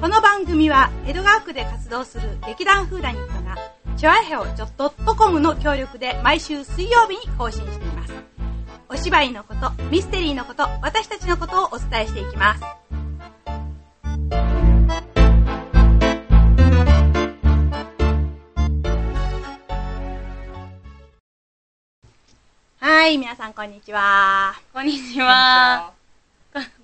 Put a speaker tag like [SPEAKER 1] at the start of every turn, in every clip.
[SPEAKER 1] この番組は江戸川区で活動する劇団フーダニットがチョアヘオ .com の協力で毎週水曜日に更新しています。お芝居のこと、ミステリーのこと、私たちのことをお伝えしていきます。はい、皆さんこんにちは。
[SPEAKER 2] こんにちは。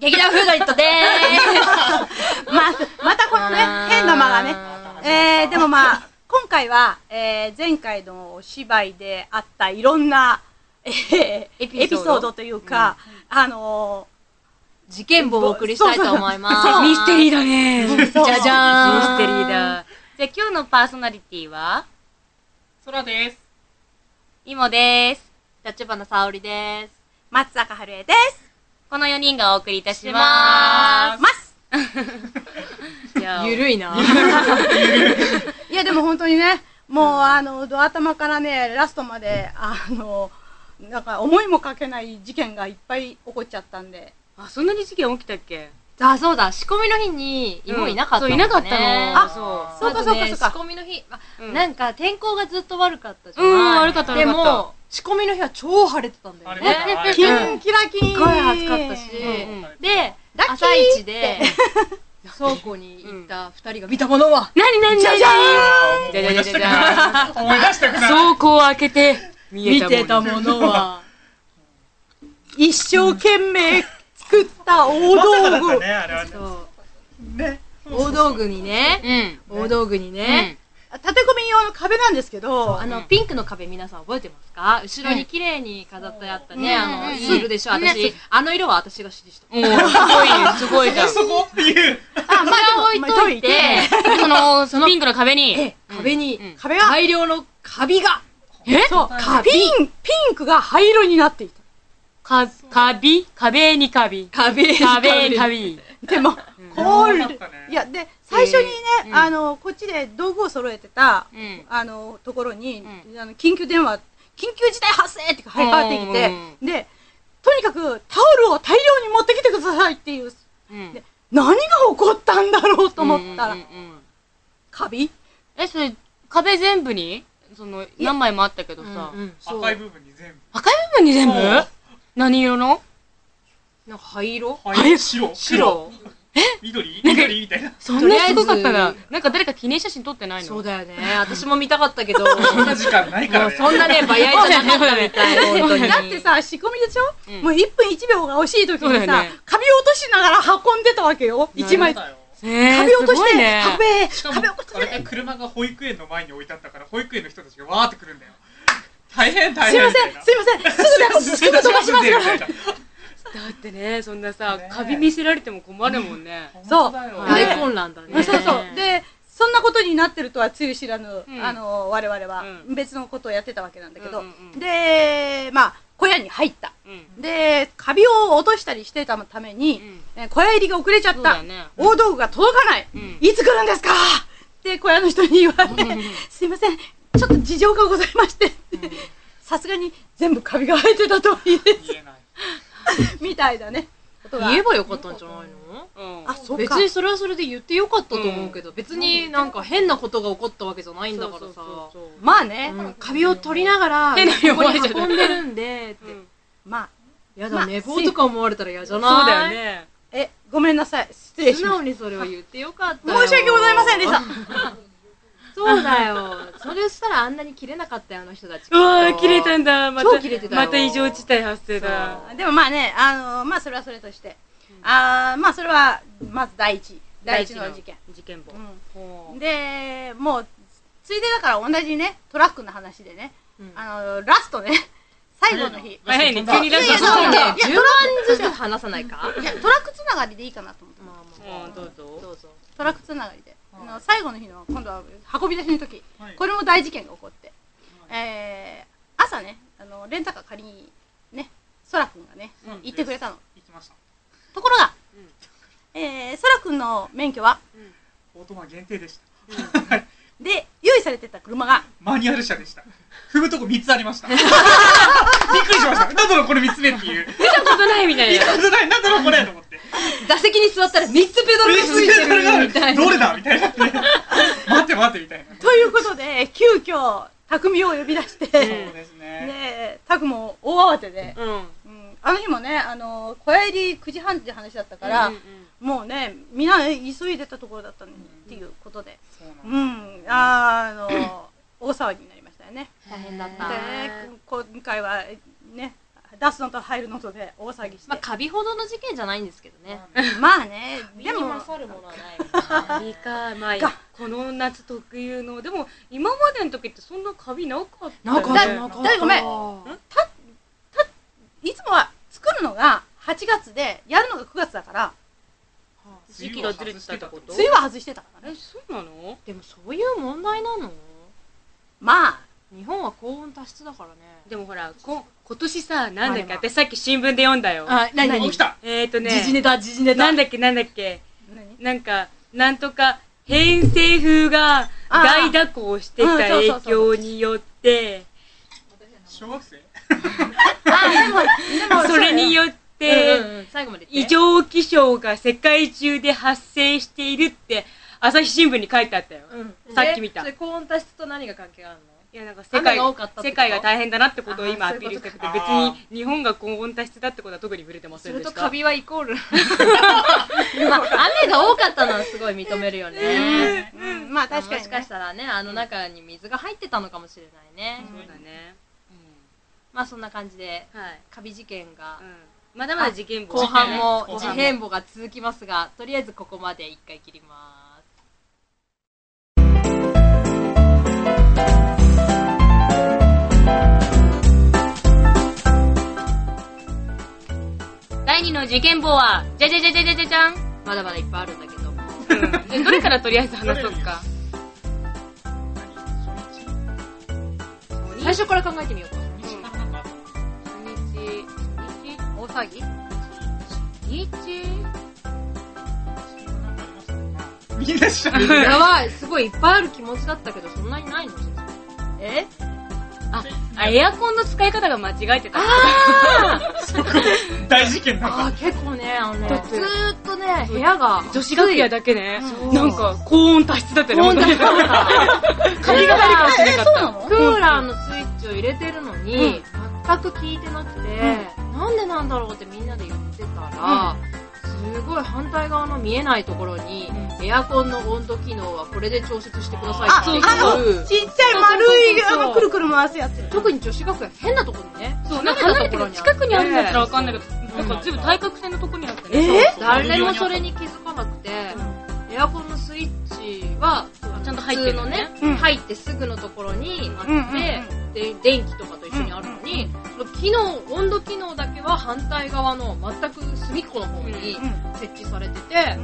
[SPEAKER 2] 劇団フードリットでーす。
[SPEAKER 1] ま あ、またこのね、変な間がね。えー、でもまあ、今回は、えー、前回のお芝居であったいろんな、えー、エ
[SPEAKER 2] エ
[SPEAKER 1] ピ
[SPEAKER 2] ピソード
[SPEAKER 1] ソードというか、あの
[SPEAKER 2] 事件簿をお送りしたいと思います。
[SPEAKER 1] そうそうそうミステリ
[SPEAKER 2] ーだね
[SPEAKER 1] そう
[SPEAKER 2] じゃじゃーん。
[SPEAKER 1] ミステリーだ。
[SPEAKER 2] じゃあ今日のパーソナリティは、
[SPEAKER 3] 空です。
[SPEAKER 2] いもです。立花沙織で
[SPEAKER 1] ー、
[SPEAKER 2] す。
[SPEAKER 1] 松坂春恵です。
[SPEAKER 2] この4人がお送りいたしま
[SPEAKER 1] ます。
[SPEAKER 2] す。じゃあ、
[SPEAKER 4] ゆるいな。
[SPEAKER 1] いや、でも本当にね、もう、あの、ドア玉からね、ラストまで、あの、なんか思いもかけない事件がいっぱい起こっちゃったんで。
[SPEAKER 3] あ、そんなに事件起きたっけ
[SPEAKER 4] あ、そうだ、仕込みの日に、芋いなかった、
[SPEAKER 2] そう、いなかったの。
[SPEAKER 1] あ
[SPEAKER 2] そ
[SPEAKER 1] そうかそうかそうか
[SPEAKER 4] あとね仕込みの日、あ
[SPEAKER 2] う。
[SPEAKER 4] なんんか天候がずっと悪かったじゃ
[SPEAKER 2] うん
[SPEAKER 4] ない。
[SPEAKER 2] 悪かった
[SPEAKER 4] で
[SPEAKER 2] 悪かった
[SPEAKER 4] も、仕込みの日は超晴れてたんだよね。
[SPEAKER 2] ね
[SPEAKER 1] キン、キラキン。
[SPEAKER 4] すっごい暑かったし
[SPEAKER 2] うんうん、
[SPEAKER 4] で、
[SPEAKER 1] ラッキー
[SPEAKER 4] 朝一で、倉庫に行った二人が見たものは、
[SPEAKER 2] なになになにじゃ
[SPEAKER 3] あ
[SPEAKER 2] じゃじゃじゃじゃ
[SPEAKER 3] ー 思い出したくなる。
[SPEAKER 2] 倉庫を開けて、見
[SPEAKER 4] 見
[SPEAKER 2] え
[SPEAKER 4] て
[SPEAKER 2] た
[SPEAKER 4] た
[SPEAKER 2] もの。
[SPEAKER 4] もの は、
[SPEAKER 1] 一生懸命作った大
[SPEAKER 3] まさかだ
[SPEAKER 1] 道具。
[SPEAKER 3] ったね、あれはね。
[SPEAKER 4] そう
[SPEAKER 3] ね。
[SPEAKER 4] 大道具にね、
[SPEAKER 2] うん。
[SPEAKER 4] 大道具にね、
[SPEAKER 1] 立て込み用の壁なんですけど、
[SPEAKER 4] あ
[SPEAKER 2] う
[SPEAKER 4] の、
[SPEAKER 2] ん
[SPEAKER 4] ピンクの壁皆さん覚えてますか後ろに綺麗に飾ってあったね、
[SPEAKER 2] うん
[SPEAKER 4] あ
[SPEAKER 2] うん
[SPEAKER 4] の、スールでしょ
[SPEAKER 2] うん
[SPEAKER 4] 私、あの色は私が支持した。
[SPEAKER 2] うん。おーすごい、すごいじゃん。
[SPEAKER 3] そこっていう。
[SPEAKER 4] あ、まあ、置いといて、
[SPEAKER 2] で、その、そのピンクの壁に
[SPEAKER 4] え、、壁に、
[SPEAKER 2] うん
[SPEAKER 1] 壁が、
[SPEAKER 4] 大量のカビが、
[SPEAKER 2] え
[SPEAKER 1] そう、カピン、ピンクが灰色になっていた。
[SPEAKER 2] か、カビ壁にカビ。
[SPEAKER 4] カビ、
[SPEAKER 2] 壁にカビ。
[SPEAKER 1] でも、こ
[SPEAKER 3] 怖
[SPEAKER 1] れ、
[SPEAKER 3] かったね
[SPEAKER 1] いや、で、最初にね、
[SPEAKER 2] うん
[SPEAKER 1] あの、こっちで道具を揃えてた、
[SPEAKER 2] うん。
[SPEAKER 1] あの、ところに、
[SPEAKER 2] う
[SPEAKER 1] あの、緊急電話、緊急事態発生って入りわってきて、
[SPEAKER 2] う
[SPEAKER 1] で、とにかくタオルを大量に持ってきてくださいっていう、
[SPEAKER 2] うん
[SPEAKER 1] で何が起こったんだろうと思ったら、
[SPEAKER 2] うんうんうん
[SPEAKER 1] カビ
[SPEAKER 2] え、それ、壁全部にその、
[SPEAKER 1] や
[SPEAKER 2] 何枚もあったけどさ。
[SPEAKER 4] そう
[SPEAKER 3] 赤い部分に全部。
[SPEAKER 2] 赤い部分に全部
[SPEAKER 3] そう
[SPEAKER 2] 何色の
[SPEAKER 4] なんか灰色
[SPEAKER 3] はい、白。。緑緑みたいな。
[SPEAKER 2] そんなすごかっ
[SPEAKER 4] と
[SPEAKER 2] た
[SPEAKER 4] りあえ
[SPEAKER 2] な。なんか誰か記念写真撮ってないの
[SPEAKER 4] そう
[SPEAKER 2] だ。
[SPEAKER 4] だよね。私も見たかった けど、
[SPEAKER 3] そん
[SPEAKER 4] も
[SPEAKER 3] な時間ないから
[SPEAKER 4] う
[SPEAKER 3] ね。
[SPEAKER 4] そんなね、バヤイじゃなかったみたい、本当に。
[SPEAKER 1] だって、さ、仕込みでしょ、
[SPEAKER 2] うん
[SPEAKER 1] もう1分1秒が惜しい時
[SPEAKER 2] そうだ
[SPEAKER 1] にさ、
[SPEAKER 2] よね
[SPEAKER 1] カビを落としながら運んでたわけよ。1枚。
[SPEAKER 3] だよ。
[SPEAKER 2] え
[SPEAKER 1] 壁落として、
[SPEAKER 2] ね。
[SPEAKER 3] し
[SPEAKER 1] 壁、
[SPEAKER 3] か
[SPEAKER 1] 壁
[SPEAKER 3] も
[SPEAKER 1] 落と、し
[SPEAKER 3] あれ
[SPEAKER 1] て、
[SPEAKER 3] ね、車が保育園の前に置いてあったから、保育園の人たちがわーって来るんだよ。大変、大
[SPEAKER 1] すい
[SPEAKER 3] 変。
[SPEAKER 1] ません、すいません、すぐだ から、すぐ飛ばしますから。
[SPEAKER 2] だってね、そんなさ
[SPEAKER 3] ね、
[SPEAKER 2] カビ見せられても困るもんね。
[SPEAKER 3] はい。
[SPEAKER 4] 大混乱だ
[SPEAKER 2] う
[SPEAKER 1] ま
[SPEAKER 4] ね。
[SPEAKER 1] あそうそ
[SPEAKER 2] ね
[SPEAKER 1] う。で、そんなことになってるとはつゆ知らぬ、
[SPEAKER 2] うん
[SPEAKER 1] あの、我々は、
[SPEAKER 2] う
[SPEAKER 1] 別のことをやってたわけなんだけど、
[SPEAKER 2] うんうんうん
[SPEAKER 1] で、まあ、小屋に入った。
[SPEAKER 2] うん。
[SPEAKER 1] で、カビを落としたりしてたため
[SPEAKER 2] う
[SPEAKER 1] に、
[SPEAKER 2] ん
[SPEAKER 1] え小屋入りが遅れちゃ
[SPEAKER 2] そ
[SPEAKER 1] っ
[SPEAKER 2] うだ
[SPEAKER 1] た
[SPEAKER 2] よ。ね。
[SPEAKER 1] 大道具が届かない、
[SPEAKER 2] うん
[SPEAKER 1] いつ来るんですかって小屋の人に言われて、すいません、ちょっと事情がございまして、さすがに全部カビが生えてたとはいえ、
[SPEAKER 3] 言えない。
[SPEAKER 1] みたいなね、ことが。
[SPEAKER 4] 言えばよかったんじゃないの
[SPEAKER 2] うん。
[SPEAKER 1] あ、そう
[SPEAKER 4] 別
[SPEAKER 1] か。
[SPEAKER 4] にそれはそれで言ってよかったと思うけど、別になんか変なことが起こったわけじゃないんだからさ。
[SPEAKER 1] まあね、
[SPEAKER 4] うんカビを取りながら、
[SPEAKER 2] 変なに思
[SPEAKER 4] こ
[SPEAKER 2] わ
[SPEAKER 4] こ
[SPEAKER 2] れちゃ
[SPEAKER 4] に
[SPEAKER 2] った
[SPEAKER 4] 運んでるんで、って。
[SPEAKER 1] まあ、
[SPEAKER 4] や
[SPEAKER 1] まあ
[SPEAKER 4] だ、寝坊とか思われたら嫌じゃない
[SPEAKER 2] そうだよね。
[SPEAKER 1] え、ごめんなさい、失礼し
[SPEAKER 4] 素
[SPEAKER 1] まし。
[SPEAKER 4] 直にそれを言ってよかったたよ
[SPEAKER 1] 申し訳ございませんでした。
[SPEAKER 4] そうだよ。それしたらあんなに切れなかったよ、あの人たち。
[SPEAKER 2] うわー、切れたんだ。また
[SPEAKER 4] 超切れてたよ
[SPEAKER 2] また異常事態発生だ。
[SPEAKER 1] でもまあね、あのまあそれはそれとして、あーまあそれは、まず第一、第一の事件。。
[SPEAKER 2] 事件簿。
[SPEAKER 1] う
[SPEAKER 2] ほ
[SPEAKER 1] ん、
[SPEAKER 2] う
[SPEAKER 1] で、もう、ついでだから同じね、トラックの話でね、
[SPEAKER 4] うん
[SPEAKER 1] あのラスト ね、最後の日。
[SPEAKER 2] まあ変に急にラ
[SPEAKER 1] い
[SPEAKER 2] ジ
[SPEAKER 1] や
[SPEAKER 2] オ
[SPEAKER 1] いやそう
[SPEAKER 4] ね
[SPEAKER 1] だよ、
[SPEAKER 4] 順番ずつ話さないか
[SPEAKER 1] いや、トラックつながりでいいかなと思って。
[SPEAKER 4] まあ
[SPEAKER 2] うん、どうぞ。
[SPEAKER 4] どうぞ。
[SPEAKER 1] トラックつながりで。
[SPEAKER 3] はい
[SPEAKER 1] あの最後の日の、今度は運び出しの時、
[SPEAKER 3] はい
[SPEAKER 1] これも大事件が起こって。えー、朝ね、あの、レンタカー借りに、ね、そらくんがね、
[SPEAKER 3] うん
[SPEAKER 1] 行ってくれたの。
[SPEAKER 3] 行きました。
[SPEAKER 1] ところが、えー、そらくんの免許は、
[SPEAKER 3] オートマ限定でした。
[SPEAKER 1] で、用意されてた車が、
[SPEAKER 3] マニュアル車でした。踏むとこ3つあ りました。びっくりしました。なんだろうこれ3つ目っていう。
[SPEAKER 2] 見たことないみたい
[SPEAKER 3] 見
[SPEAKER 2] な
[SPEAKER 3] た。ことない。なんだろうこれと思って。
[SPEAKER 4] 座席に座ったら3つペダルがついてるみたいな。
[SPEAKER 3] どれ
[SPEAKER 1] 匠を呼び出して、
[SPEAKER 3] そうですね。
[SPEAKER 1] ねタクも大慌てで、
[SPEAKER 4] うん。
[SPEAKER 1] うんあの日もね、あの、小屋入り9時半って話だったから、
[SPEAKER 4] うんうん
[SPEAKER 1] もうね、みんな急いでたところだったのに、っていうことで、
[SPEAKER 3] そうなん
[SPEAKER 1] う
[SPEAKER 3] です
[SPEAKER 1] ん、あーあの、大騒ぎになりましたよね。
[SPEAKER 4] 大変だっ
[SPEAKER 1] で
[SPEAKER 4] た。
[SPEAKER 1] ね、こ今回はね、出すのと入るのとで大騒ぎして。
[SPEAKER 4] まあ、カビほどの事件じゃないんですけどね。
[SPEAKER 1] まあね、で
[SPEAKER 5] でも
[SPEAKER 1] も、
[SPEAKER 5] 勝るものはない
[SPEAKER 2] カビか、まあ
[SPEAKER 1] が、
[SPEAKER 2] この夏特有の、でも、今までの時ってそんなカビなかったよ
[SPEAKER 4] な
[SPEAKER 2] ね。
[SPEAKER 4] か
[SPEAKER 1] だ
[SPEAKER 4] った、なかった。
[SPEAKER 1] だいごめん
[SPEAKER 4] ん
[SPEAKER 1] いつもは作るのが8月で、やるのが9月だから、
[SPEAKER 2] 時期がずれてたってこと
[SPEAKER 1] 梅雨は外してたから
[SPEAKER 2] え、
[SPEAKER 1] ね。
[SPEAKER 2] そうなの
[SPEAKER 4] でもそういう問題なの
[SPEAKER 1] まあ、
[SPEAKER 4] 日本は高温多湿だからね。
[SPEAKER 2] でもほら、こ、今年さ、なんだっ
[SPEAKER 1] ま
[SPEAKER 2] け、
[SPEAKER 1] あまあ
[SPEAKER 2] 私さっき新聞で読んだよ。
[SPEAKER 4] あ、な
[SPEAKER 3] 起きた
[SPEAKER 2] えーとね、
[SPEAKER 1] 時事ネタ、時事ネタ。
[SPEAKER 2] なんだっけ、なんだっけ、
[SPEAKER 1] 何
[SPEAKER 2] なんか、なんとか、偏西風が
[SPEAKER 1] あー
[SPEAKER 2] 大蛇行してた影響によって、
[SPEAKER 3] 小学生
[SPEAKER 1] そう
[SPEAKER 2] それによって、
[SPEAKER 4] で、最後まで言
[SPEAKER 2] 異
[SPEAKER 4] って。
[SPEAKER 2] 常気象が世界中で発生しているって、朝日新聞に書いてあったよ。
[SPEAKER 4] うん
[SPEAKER 2] さっき見た
[SPEAKER 5] それ高温多湿と何が関係があるの
[SPEAKER 2] いや、なんか世
[SPEAKER 4] 雨
[SPEAKER 2] 界、
[SPEAKER 4] が多かったってこと
[SPEAKER 2] 世界が大変だなってことを今
[SPEAKER 4] あ
[SPEAKER 2] ア
[SPEAKER 4] ー
[SPEAKER 2] ピールしたくて、
[SPEAKER 3] そういう
[SPEAKER 2] 別
[SPEAKER 3] ことか
[SPEAKER 2] に日本が高温多湿だってことは特に触れてま
[SPEAKER 4] そ
[SPEAKER 2] せん
[SPEAKER 4] れ
[SPEAKER 2] でした。
[SPEAKER 4] とカビは イコール。
[SPEAKER 5] まあ、雨が多かったのはすごい認めるよね。
[SPEAKER 1] うん、まあ確かに、
[SPEAKER 5] もしかしたらね、あの中に水が入ってたのかもしれないね。
[SPEAKER 2] そうだね。
[SPEAKER 5] まあそんな感じで、
[SPEAKER 2] はい。
[SPEAKER 5] カビ事件が
[SPEAKER 2] う、ん。まだまだ事件簿
[SPEAKER 5] 後半も
[SPEAKER 3] 後半も
[SPEAKER 5] 事変簿が続きますが、とりあえずここまで一回切ります。
[SPEAKER 2] 第2の事件簿は、じゃじゃじゃじゃじゃじゃじゃん。
[SPEAKER 5] まだまだいっぱいあるんだけど。
[SPEAKER 2] うんどれからとりあえず話そうか。
[SPEAKER 3] 何初日
[SPEAKER 4] 最初から考えてみようか。
[SPEAKER 3] 初日からなんかあったの
[SPEAKER 2] 初日、初日
[SPEAKER 1] 大騒ぎ
[SPEAKER 2] 日
[SPEAKER 3] なんかありましたかみんな知らない。
[SPEAKER 4] やばい、すごいいっぱいある気持ちだったけど、そんなにないの
[SPEAKER 1] え
[SPEAKER 2] あ、エアコンの使い方が間違えてた。
[SPEAKER 3] 大事件なん
[SPEAKER 4] あ
[SPEAKER 3] か。
[SPEAKER 4] ー、結構ね、あのね、
[SPEAKER 2] だって
[SPEAKER 4] ずーっとね、部屋が、
[SPEAKER 2] 女子学屋だけね
[SPEAKER 4] う、
[SPEAKER 2] なんか高温多湿だったよね。
[SPEAKER 4] 高温多湿だっ
[SPEAKER 2] た。
[SPEAKER 4] た
[SPEAKER 2] 髪が入るかもしれなか
[SPEAKER 1] そう
[SPEAKER 2] っ
[SPEAKER 1] な
[SPEAKER 2] た。
[SPEAKER 1] の
[SPEAKER 4] クーラーのスイッチを入れてるのに、全く効いてなくて、なんでなんだろうってみんなで言ってたら、すごい反対側の見えないところに、エアコンの温度機能はこれで調節してくださ
[SPEAKER 1] あ、
[SPEAKER 4] い
[SPEAKER 1] あ
[SPEAKER 4] ってい
[SPEAKER 1] の、
[SPEAKER 4] う。
[SPEAKER 1] ちっちゃい丸い、
[SPEAKER 4] そうそうそうそう
[SPEAKER 1] あの、くるくる回すやつ。
[SPEAKER 4] 特に女子学園変なところにね、
[SPEAKER 2] そう、なん
[SPEAKER 4] 離
[SPEAKER 2] か離
[SPEAKER 4] れ
[SPEAKER 2] れて
[SPEAKER 4] たところ
[SPEAKER 2] る
[SPEAKER 4] に
[SPEAKER 2] 近くにあるんだったらわかんないけ
[SPEAKER 4] う
[SPEAKER 2] ど、
[SPEAKER 4] ん
[SPEAKER 2] なんか全部対角線のとこにあったね。
[SPEAKER 1] え
[SPEAKER 4] 誰もそれに気づかなくて、エアコンのスイッチは、
[SPEAKER 2] ちゃんと入ってる
[SPEAKER 4] 普通のね、
[SPEAKER 1] うん
[SPEAKER 4] 入ってすぐのところにあって、
[SPEAKER 1] うんうん
[SPEAKER 4] で電気とかと一緒にあるのに、その機能、温度機能だけは反対側の全く隅っこの方に
[SPEAKER 1] うんうん
[SPEAKER 4] 設置されてて、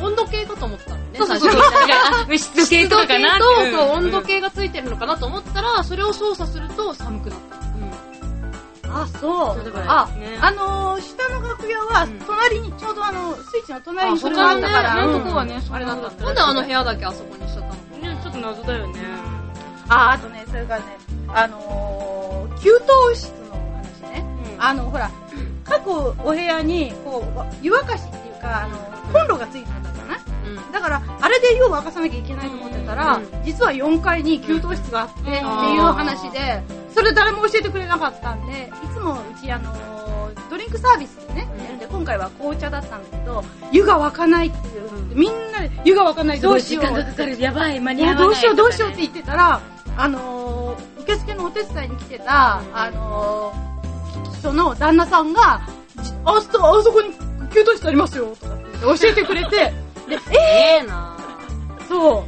[SPEAKER 4] 温度計かと思ったんだよね、
[SPEAKER 2] そうそうそう。あ
[SPEAKER 4] 最
[SPEAKER 2] 湿
[SPEAKER 4] 初。
[SPEAKER 2] 気
[SPEAKER 4] 湿
[SPEAKER 2] と
[SPEAKER 4] 度
[SPEAKER 2] かか
[SPEAKER 4] 計
[SPEAKER 2] な
[SPEAKER 4] と、そう温度
[SPEAKER 2] 計
[SPEAKER 4] 計がついてるのかなと思ったら、それを操作すると寒くなった。
[SPEAKER 1] あ、そう。
[SPEAKER 2] だから
[SPEAKER 1] あ、
[SPEAKER 2] ね
[SPEAKER 1] あのー、下の楽屋は
[SPEAKER 4] うん、
[SPEAKER 1] 隣に、ちょうどあの、スイッチの隣
[SPEAKER 4] あ
[SPEAKER 1] にそれがあったから。
[SPEAKER 2] 他のね
[SPEAKER 1] うん
[SPEAKER 2] とこはね
[SPEAKER 4] あれだった
[SPEAKER 2] そ
[SPEAKER 4] ん
[SPEAKER 2] う
[SPEAKER 4] だ。なんであの部屋だけあそこにしちゃったの
[SPEAKER 2] ね、ちょっと謎だよね。
[SPEAKER 1] あ、あとね、それからね、あのー、給湯室の話ね。あの、ほら、各お部屋に、こう、湯沸かしっていうか、あの、コンロがついてるんだな。だから、あれで湯を沸かさなきゃいけないと思ってたら、実は4階に給湯室があってっていう話で、それ誰も教えてくれなかったんで、いつもうち、あの、ドリンクサービスでね、やるんで、今回は紅茶だったんだけど、湯が沸かないっていう、みんなで湯が沸かないどうしよう。
[SPEAKER 2] かる、やばい、間
[SPEAKER 1] いや、どうしようどうしようって言ってたら、あのー受付のお手伝いに来てた、あのー人の旦那さんが、じあそこ、あそこに給湯室ありますよ、とかって教えてくれ て、
[SPEAKER 4] ええな
[SPEAKER 1] そ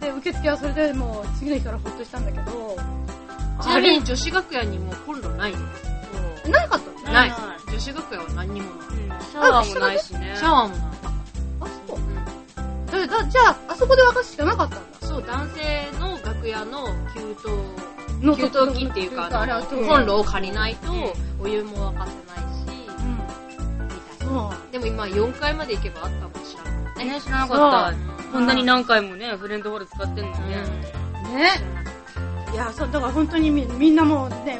[SPEAKER 1] う。で、受付はそれでもう次の日からほっとしたんだけど、
[SPEAKER 4] ちなみに女子学園にもうコンロないの
[SPEAKER 1] なかったの
[SPEAKER 2] うん
[SPEAKER 4] な
[SPEAKER 2] な
[SPEAKER 4] い
[SPEAKER 2] い。
[SPEAKER 4] 女子学園は何にもない。
[SPEAKER 2] シャワーもないしね。
[SPEAKER 4] シャワーもない。
[SPEAKER 1] あそこ。だだじゃあ、あそこで沸かすしかなかったんだ。
[SPEAKER 4] そう、男性の楽屋の給
[SPEAKER 1] の
[SPEAKER 4] 湯、給湯器っていうか、
[SPEAKER 1] あ
[SPEAKER 4] あ
[SPEAKER 1] れは
[SPEAKER 4] の
[SPEAKER 1] ちょっと
[SPEAKER 4] コンロを借りないと、お湯も沸かせないし、
[SPEAKER 1] うん。
[SPEAKER 4] みたい
[SPEAKER 1] そう。
[SPEAKER 4] な。でも今4階まで行けばあったかもしれない。
[SPEAKER 2] ね、知らなかった。
[SPEAKER 4] う
[SPEAKER 2] こんなに何回もね、フレンドホール使ってんのね。
[SPEAKER 1] ね。いや、そう、だから本当にみみんなもうね、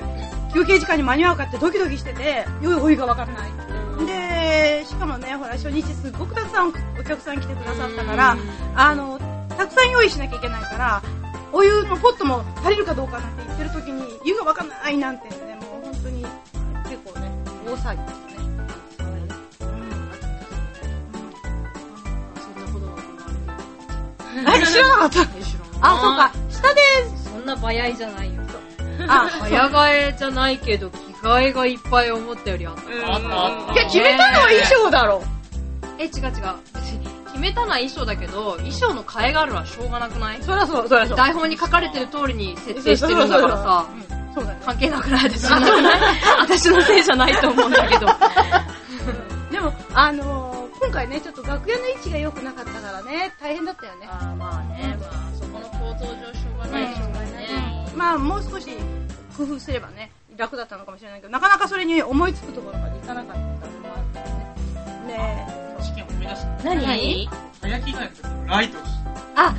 [SPEAKER 1] 休憩時間に間に合うかってドキドキしてて、良いお湯がわからない。で、しかもね、ほら、初日すっごくたくさんお客さん来てくださったから、あの、たくさん用意しなきゃいけないから、お湯のポットも足りるかどうかなんて言ってる時に、湯がわかんないなんてね、もう本当に結構ね、大騒ぎですね。
[SPEAKER 6] そんなことが行われてる
[SPEAKER 1] 何知らなかった。
[SPEAKER 6] え知らん
[SPEAKER 1] あ、そうか。下で、
[SPEAKER 4] そんな早いじゃないよ。
[SPEAKER 1] あ、
[SPEAKER 6] 早替えじゃないけど、着替えがいっぱい思ったよりあった。
[SPEAKER 3] あったあった
[SPEAKER 1] いや、決めたのは衣装だろ。
[SPEAKER 6] え、違う違う。決めたのは衣装だけど、衣装の替えがあるのはしょうがなくない
[SPEAKER 1] そりゃそう、そりゃそう。
[SPEAKER 6] 台本に書かれてる通りに設定してるんだからさ、
[SPEAKER 1] そうだよね。
[SPEAKER 6] 関係なくない 私の私のせいじゃないと思うんだけど。
[SPEAKER 1] でも、あのー、今回ね、ちょっと楽屋の位置が良くなかったからね、大変だったよね。
[SPEAKER 4] ああ、まあね、まあ、そこの構造上しょうがないですからね。
[SPEAKER 1] まあ、もう少し工夫すればね、楽だったのかもしれないけど、なかなかそれに思いつくところまでいかなかったのもあったよね。ね
[SPEAKER 3] 事件を思い出した。
[SPEAKER 4] 何
[SPEAKER 3] 早着替えの時のライト。
[SPEAKER 4] あ、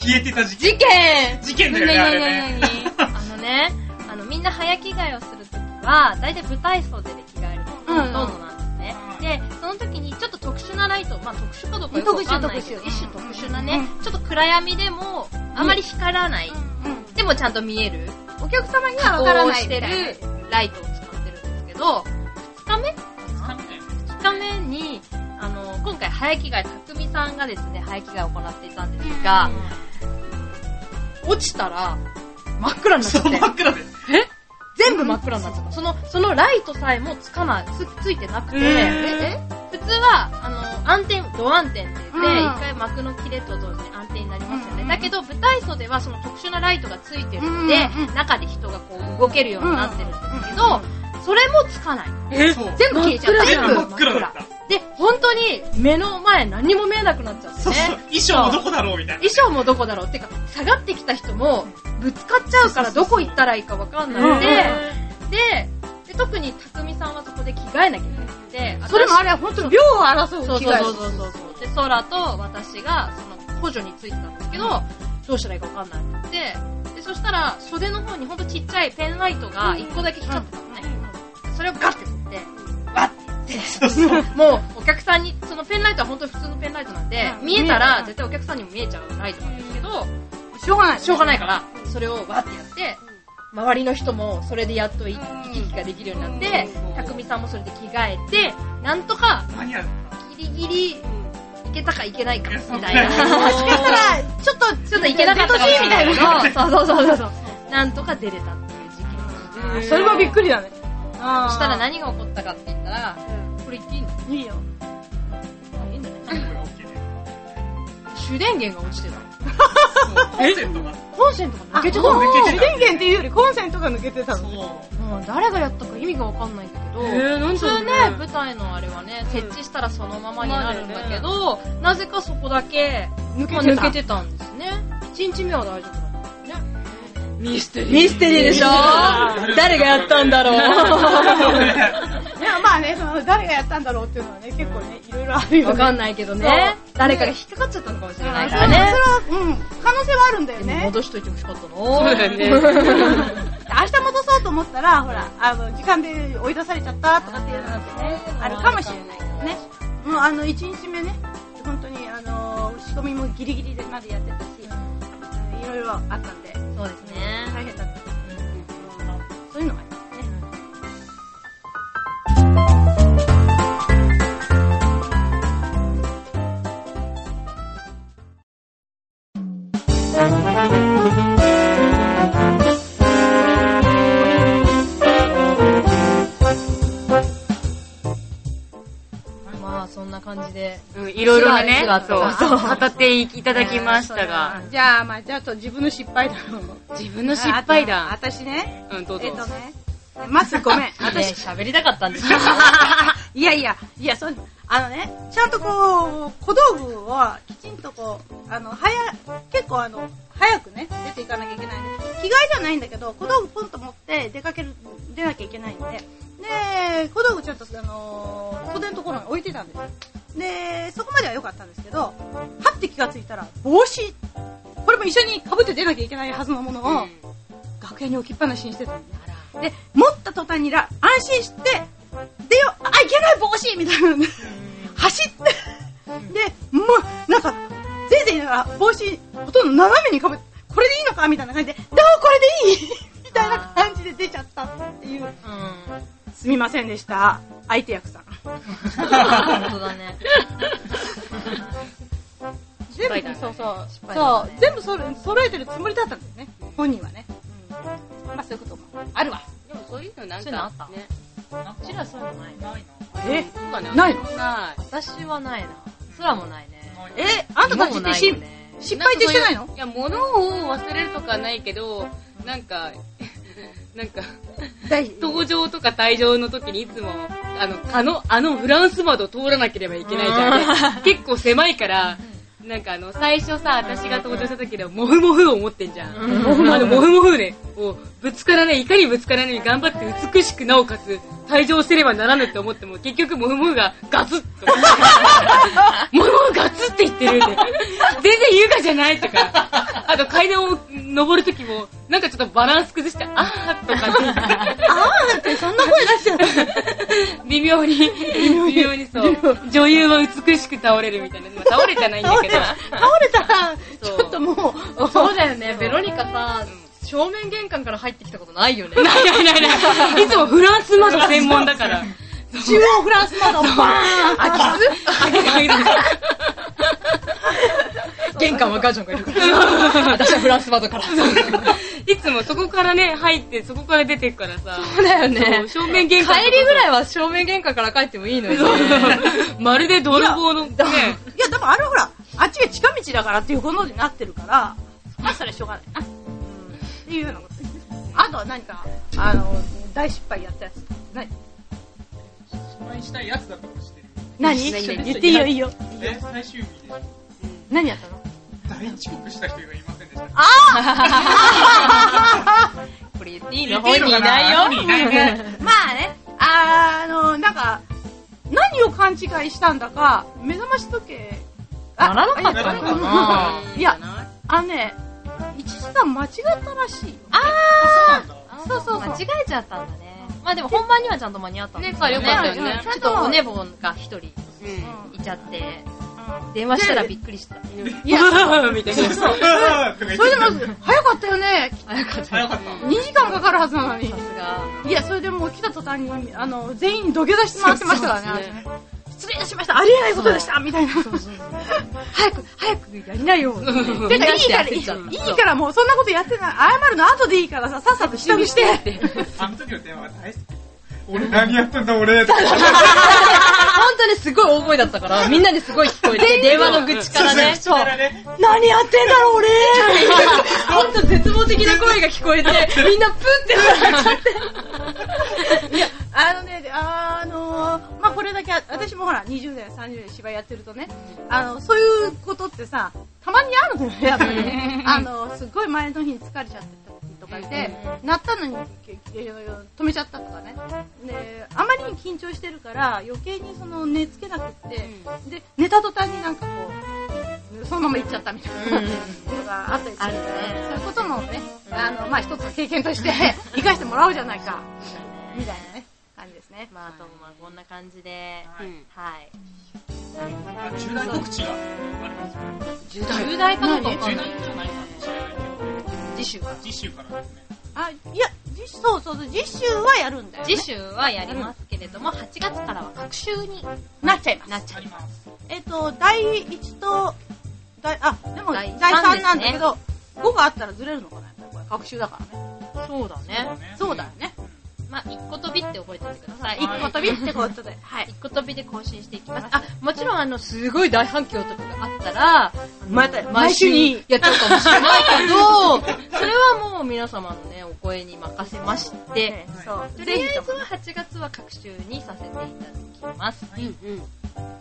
[SPEAKER 3] 消えてた事
[SPEAKER 4] 事
[SPEAKER 3] 件。
[SPEAKER 4] 件
[SPEAKER 3] 事件だよ
[SPEAKER 4] 何
[SPEAKER 3] ね、あ
[SPEAKER 4] 何
[SPEAKER 3] れ
[SPEAKER 4] 何
[SPEAKER 3] ね。
[SPEAKER 4] 何あのね、あの、みんな早着替えをするときは、大体舞台装でで着替えるほとんどなんですね。で、その時にちょっと特殊なライト、まあ特殊かどうかよくわかんないけど、
[SPEAKER 1] 特殊
[SPEAKER 4] 一種
[SPEAKER 1] 特
[SPEAKER 4] 特殊なね、ちょっと暗闇でも、あまり光らない。
[SPEAKER 1] うん。
[SPEAKER 4] でもちゃんと見える。
[SPEAKER 1] お客様には
[SPEAKER 4] 加
[SPEAKER 1] わから
[SPEAKER 4] 工を
[SPEAKER 1] ない
[SPEAKER 4] してるライトを使ってるんですけど、2日目2日目に、あの、今回早着替え、たくみさんがですね、早着替えを行っていたんですが、落ちたら、真っ暗になっちゃ
[SPEAKER 3] そ
[SPEAKER 4] っ
[SPEAKER 3] う、
[SPEAKER 4] て
[SPEAKER 3] 真、っ暗で。
[SPEAKER 4] 全部真っ暗になっちゃった。その、そのライトさえもつかない、つ、ついてなくて、
[SPEAKER 1] え
[SPEAKER 4] 普通は、あの、暗転、ド暗転って言って、
[SPEAKER 1] うん
[SPEAKER 4] 一回幕の切れと同時に暗転になりますよ
[SPEAKER 1] う
[SPEAKER 4] ね。
[SPEAKER 1] ん
[SPEAKER 4] だけど、舞台袖はその特殊なライトがついてるの
[SPEAKER 1] う
[SPEAKER 4] で
[SPEAKER 1] んうんう、
[SPEAKER 4] 中で人がこう動けるようになってるんですけ
[SPEAKER 1] うんうん
[SPEAKER 4] ど、それもつかない。
[SPEAKER 3] えそう。
[SPEAKER 4] 全部消えちゃった。
[SPEAKER 3] 全部真
[SPEAKER 4] 全
[SPEAKER 3] っ
[SPEAKER 4] 部
[SPEAKER 3] 暗だった。
[SPEAKER 4] で、本当に目の前何も見えなくなっちゃって
[SPEAKER 3] そうそ
[SPEAKER 4] ね。。
[SPEAKER 3] う衣装もどこだろうみたいな。
[SPEAKER 4] 衣装もどこだろうっていうか、下がってきた人もぶつかっちゃうからどこ行ったらいいかわかんなくて、で、で、特に匠さんはそこで着替えなきゃいけなくて、
[SPEAKER 1] それもあ
[SPEAKER 4] れ
[SPEAKER 1] れは本当に秒を争
[SPEAKER 4] そうう
[SPEAKER 1] 機
[SPEAKER 4] そう
[SPEAKER 1] 会
[SPEAKER 4] そうそうそうそう。で、空と私がその補助についてたんですけど、どうしたらいいかわかんなくて、で、そしたら袖の方にほんとちっちゃいペンライトが一個だけ光ってたのね。それをガッて振って、
[SPEAKER 3] そうそう。
[SPEAKER 4] もうお客さんに、そのペンライトは本当に普通のペンライトなんで、
[SPEAKER 1] うん
[SPEAKER 4] 見えた
[SPEAKER 1] う
[SPEAKER 4] ら
[SPEAKER 1] ん
[SPEAKER 4] 絶対お客さんにも見えちゃうライトなんですけど、
[SPEAKER 1] しょうがない。
[SPEAKER 4] しょうがないから、それをわーってやって、周りの人もそれでやっとい行き来ができるようになって
[SPEAKER 3] うん、
[SPEAKER 4] 匠さんもそれで着替えて、なんとか
[SPEAKER 3] 間に合う。
[SPEAKER 4] ギリギリ行けたか行けないかみたい
[SPEAKER 3] いやそん
[SPEAKER 4] な。
[SPEAKER 1] もしかしたら、ちょっと、
[SPEAKER 4] ちょっと行けなかったかもしれないけど
[SPEAKER 3] 出てほしいみ
[SPEAKER 4] そうそうそうそうそう。なんとか出れたっていう事件。
[SPEAKER 1] うんそれはびっくりだね。あ
[SPEAKER 4] そ
[SPEAKER 1] ー
[SPEAKER 4] したら何が起こったかって言ったら、これ言っていいの
[SPEAKER 1] いいよ。
[SPEAKER 4] いいんじゃない主電源が落ちてた。
[SPEAKER 3] そうコンセントが。
[SPEAKER 4] コンセントが抜けちゃっ
[SPEAKER 3] あ
[SPEAKER 4] た
[SPEAKER 3] も
[SPEAKER 4] の
[SPEAKER 3] う抜けて
[SPEAKER 1] 電
[SPEAKER 3] た
[SPEAKER 1] 源っていうよりコンセントが抜けてたの。
[SPEAKER 3] そう。
[SPEAKER 4] うん誰がやったか意味がわかんないんだけど、
[SPEAKER 2] えーなんだろうね
[SPEAKER 4] 普通ね、舞台のあれはね、設置したらそのままになるんだけど、なぜかそこだけ、
[SPEAKER 1] 抜
[SPEAKER 4] まあ、抜けてたんですね。1日目は大丈夫だった。
[SPEAKER 2] ミステリー。
[SPEAKER 4] ミステリーでしょ
[SPEAKER 3] 誰がやったんだろう。
[SPEAKER 1] いや、まあね、その、誰がやったんだろうっていうのはね、結構ね、いろいろあるよね。
[SPEAKER 4] わかんないけどね。誰かが引っかかっちゃったのかもしれないから
[SPEAKER 1] あ
[SPEAKER 4] ね。
[SPEAKER 1] ーそれは、うん、可能性はあるんだよ
[SPEAKER 4] でも
[SPEAKER 1] ね。
[SPEAKER 4] 戻しといてほしかったな
[SPEAKER 2] そうだよね。
[SPEAKER 1] 明日戻そうと思ったら、ほら、あの、時間で追い出されちゃったとかっていうのなんてね、あるかもしれないけどね。もうあの、1日目ね、本当に、あの、仕込みもギリギリでまでやってたし、いろいろあったんで、
[SPEAKER 4] そうですね。
[SPEAKER 1] 大変だった。そういうのがありますね。
[SPEAKER 4] まあ、そんな感じで。
[SPEAKER 2] うんいろいろなね
[SPEAKER 4] 違う違う、
[SPEAKER 2] そう
[SPEAKER 4] そう
[SPEAKER 2] 語っていただきましたが、
[SPEAKER 1] じゃあ、まあ、じゃあ、と自分の失敗だろう。
[SPEAKER 2] 自分の失敗
[SPEAKER 1] あ
[SPEAKER 2] 談。
[SPEAKER 1] と私ね、
[SPEAKER 2] うん、どうぞ
[SPEAKER 1] えっ。とね、まず ごめん、私
[SPEAKER 4] 私、喋りたかったんですよ。
[SPEAKER 1] いやいや、いや、そう、あのね、ちゃんとこう、小道具をきちんとこう、あの、早、結構あの、早くね、出ていかなきゃいけないんで、着替えじゃないんだけど、小道具ポンと持って出かける、出なきゃいけないんで、で、小道具ちゃんと、あのー袖のところに置いてたんですよ。で、そこまでは良かったんですけど、はって気がついたら、帽子、これも一緒に被って出なきゃいけないはずのものを、楽屋に置きっぱなしにしてたんで、で、持った途端にら安心して、でよ、あ、いけない帽子みたいなので、走って、で、もう、なんか、全然ながら帽子、ほとんど斜めにかぶって、これでいいのかみたいな感じで、どうこれでいいみたいな感じで出ちゃったっていう。すみませんでした。相手役さん。
[SPEAKER 4] 本当だね。
[SPEAKER 1] 全
[SPEAKER 4] 敗だ
[SPEAKER 1] 部
[SPEAKER 4] ね
[SPEAKER 1] そうそう、そ
[SPEAKER 4] 敗だ
[SPEAKER 1] う
[SPEAKER 4] ね
[SPEAKER 1] 全部それ揃えてるつもりだったんだよね本人はね、うん、まあそういうこともあるわ
[SPEAKER 2] でもそういうのなん
[SPEAKER 4] そういうのあ
[SPEAKER 2] か
[SPEAKER 4] っ、た
[SPEAKER 2] ね、
[SPEAKER 3] うちらそういうのないな。
[SPEAKER 1] え
[SPEAKER 2] そうかな
[SPEAKER 1] ないの
[SPEAKER 2] ない。
[SPEAKER 4] 私はないな。空もないね。
[SPEAKER 1] えあんたたちってし
[SPEAKER 4] 今もないよね
[SPEAKER 1] 失敗ってしてないの
[SPEAKER 2] いや、物を忘れるとかないけど、なんか、 なんか、
[SPEAKER 1] 大
[SPEAKER 2] 登場とか退場の時にいつも、あの、あの、あのフランス窓を通らなければいけないじゃん。結構狭いから、なんかあの、最初さ、私が登場した時でも、モフモフを持ってんじゃん。あの、モフモフね、をぶつからない、いかにぶつからないように頑張って美しく、なおかつ、退場せればならぬって思っても、結局モフモフがガツッと。もうガツって言ってるんで、全然優雅じゃないとか、あと階段を登るときも、なんかちょっとバランス崩して、あーとかって、
[SPEAKER 1] そんな声出しちゃう
[SPEAKER 2] 微妙に、微妙にそう、女優は美しく倒れるみたいな、まあ倒れじゃないんだ けど、
[SPEAKER 1] 倒れたらち
[SPEAKER 2] そう
[SPEAKER 1] ょっともう
[SPEAKER 4] そうだよね。ベロニカさ、正面玄関から入ってきたことないよね。
[SPEAKER 2] ないないないない、いつもフランス窓専門だ から、
[SPEAKER 1] 中央フランス窓バーン
[SPEAKER 4] あ、
[SPEAKER 2] あげてあげて
[SPEAKER 4] きつ 玄関はガージョンがい るから。私はフランス窓から。
[SPEAKER 2] いつもそこからね、入って、そこから出てくからさ、
[SPEAKER 4] そうだよ
[SPEAKER 2] そう。正面玄関
[SPEAKER 4] 帰りぐらいは正面玄関から帰ってもいいのよ ね。
[SPEAKER 2] まるで泥棒のね、
[SPEAKER 1] いやでもあれほらあっちが近道だからっていうことになってるからまあそれはしょうがないな、うん、っていうようなことあとは何かあの大失敗やったやつ何
[SPEAKER 3] 失敗したいやつだったとしてる。
[SPEAKER 1] 何
[SPEAKER 2] 何
[SPEAKER 1] 言
[SPEAKER 2] 何
[SPEAKER 1] っていいよ いいよ
[SPEAKER 3] え、最終日で
[SPEAKER 1] 何やったの
[SPEAKER 3] 大遅刻した人がいませんでした。
[SPEAKER 4] これ言っていい
[SPEAKER 3] 言
[SPEAKER 4] の
[SPEAKER 3] ってい
[SPEAKER 4] 本
[SPEAKER 3] いの
[SPEAKER 4] 人
[SPEAKER 3] か
[SPEAKER 4] い
[SPEAKER 3] な
[SPEAKER 4] ないよ。
[SPEAKER 3] 本人いないね。
[SPEAKER 1] まあね、あの、なんか、何を勘違いしたんだか、目覚まし時計、
[SPEAKER 4] ならなか
[SPEAKER 3] ったのか
[SPEAKER 1] あ
[SPEAKER 3] ない
[SPEAKER 1] や、あのね、1時間間違ったらしいよ。
[SPEAKER 3] そうなんだ。
[SPEAKER 1] そうそうそう
[SPEAKER 4] 間違えちゃったんだね。まあでも本番にはちゃんと間に合ったんだ
[SPEAKER 2] ねかよかったよ
[SPEAKER 1] ね
[SPEAKER 2] ね
[SPEAKER 4] ちょっとおねぼんが一人
[SPEAKER 2] うん
[SPEAKER 4] いちゃって、電話したらびっくりした。
[SPEAKER 1] いや、
[SPEAKER 2] みたい
[SPEAKER 3] そうそうそう
[SPEAKER 1] それでも、早かったよね。
[SPEAKER 4] 早かった。
[SPEAKER 3] 早かっ
[SPEAKER 1] 2時間かかるはずなのに
[SPEAKER 4] さ。すが。
[SPEAKER 1] いや、それでもう来た途端に、あの、全員土下座して回ってましたからね、私ね失礼いたしました、ありえないことでした、みたいな。
[SPEAKER 4] 早く、早くやりなよ。
[SPEAKER 1] てか、いいから、い
[SPEAKER 4] い
[SPEAKER 1] いから、もうそんなことやってない。謝るの後でいいからさ、さっさと支度して。
[SPEAKER 3] た。あの時の電話が大好き。俺何やってんだ俺とか。
[SPEAKER 4] 本当にすごい大声だったから、みんなにすごい聞こえて、電話の愚痴からね。
[SPEAKER 3] そうそう口からね。
[SPEAKER 1] 何やってんだろう、俺
[SPEAKER 4] 本当絶望的な声が聞こえて、みんなプンって笑っちゃって。
[SPEAKER 1] あのね、あのーまあ、これだけ、私もほら、20代、30代芝居やってるとね、あの、そういうことってさ、たまにあるのよ、やっぱりね。あの、すっごい前の日に疲れちゃってた時とかで、鳴ったのにけけ止めちゃったとかね。で、あまりに緊張してるから、余計にその、寝つけなくって、で、寝た途端になんかこう、そのまま行っちゃったみたいなのがあったりするから、そういうこともね、あの、まあ、一つ経験として、 生かしてもらおうじゃないか、みたいなね、感じですね。
[SPEAKER 4] まあ、あとまあこんな感じで、
[SPEAKER 2] うん
[SPEAKER 4] はい。
[SPEAKER 3] あ重大告知があるんですよ。
[SPEAKER 4] 重大かどうかわか
[SPEAKER 3] 重
[SPEAKER 4] んない。
[SPEAKER 3] 大じゃないかもしれないけど、
[SPEAKER 4] 次週は。
[SPEAKER 3] 次週からですね。
[SPEAKER 1] あ、いや、実そうそうそう、実習はやるんだよ、ね。
[SPEAKER 4] 次週はやりますけれども、8月からは各週に
[SPEAKER 1] なっちゃいます。
[SPEAKER 4] なっちゃ
[SPEAKER 3] あ
[SPEAKER 4] い
[SPEAKER 3] り
[SPEAKER 4] ます。
[SPEAKER 3] ます。
[SPEAKER 1] えっ、と、第1と、第、あ、でも、第
[SPEAKER 4] 第三
[SPEAKER 1] 3なんだけど、5があったらずれるのかなやっぱりこれ、学習だからね。
[SPEAKER 4] そうだね。
[SPEAKER 1] そうだよね。
[SPEAKER 4] まあ、一個飛びって覚えておいてください。
[SPEAKER 1] 一個飛びって ことで。はい。
[SPEAKER 4] 一個飛びで更新していきます。あ、もちろん、あの、すごい大反響とかがあったら、
[SPEAKER 1] また
[SPEAKER 4] 毎週にやっちゃうかもしれない けど、それはもう皆様のね、お声に任せまして、
[SPEAKER 1] そう。
[SPEAKER 4] とりあえずは8月は各週にさせていただきます。と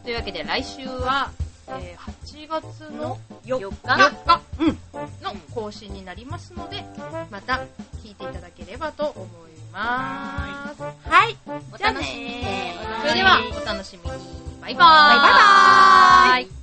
[SPEAKER 4] いうわけで来週は、えー8月の4日
[SPEAKER 1] うん
[SPEAKER 4] の更新になりますので、また聞いていただければと思います。
[SPEAKER 1] はい。
[SPEAKER 4] お
[SPEAKER 1] じゃあね
[SPEAKER 4] 楽しみに。
[SPEAKER 1] ー
[SPEAKER 4] それでは、お楽しみに。バ
[SPEAKER 1] バ
[SPEAKER 4] イバーイ。
[SPEAKER 1] イバーイ
[SPEAKER 4] イ。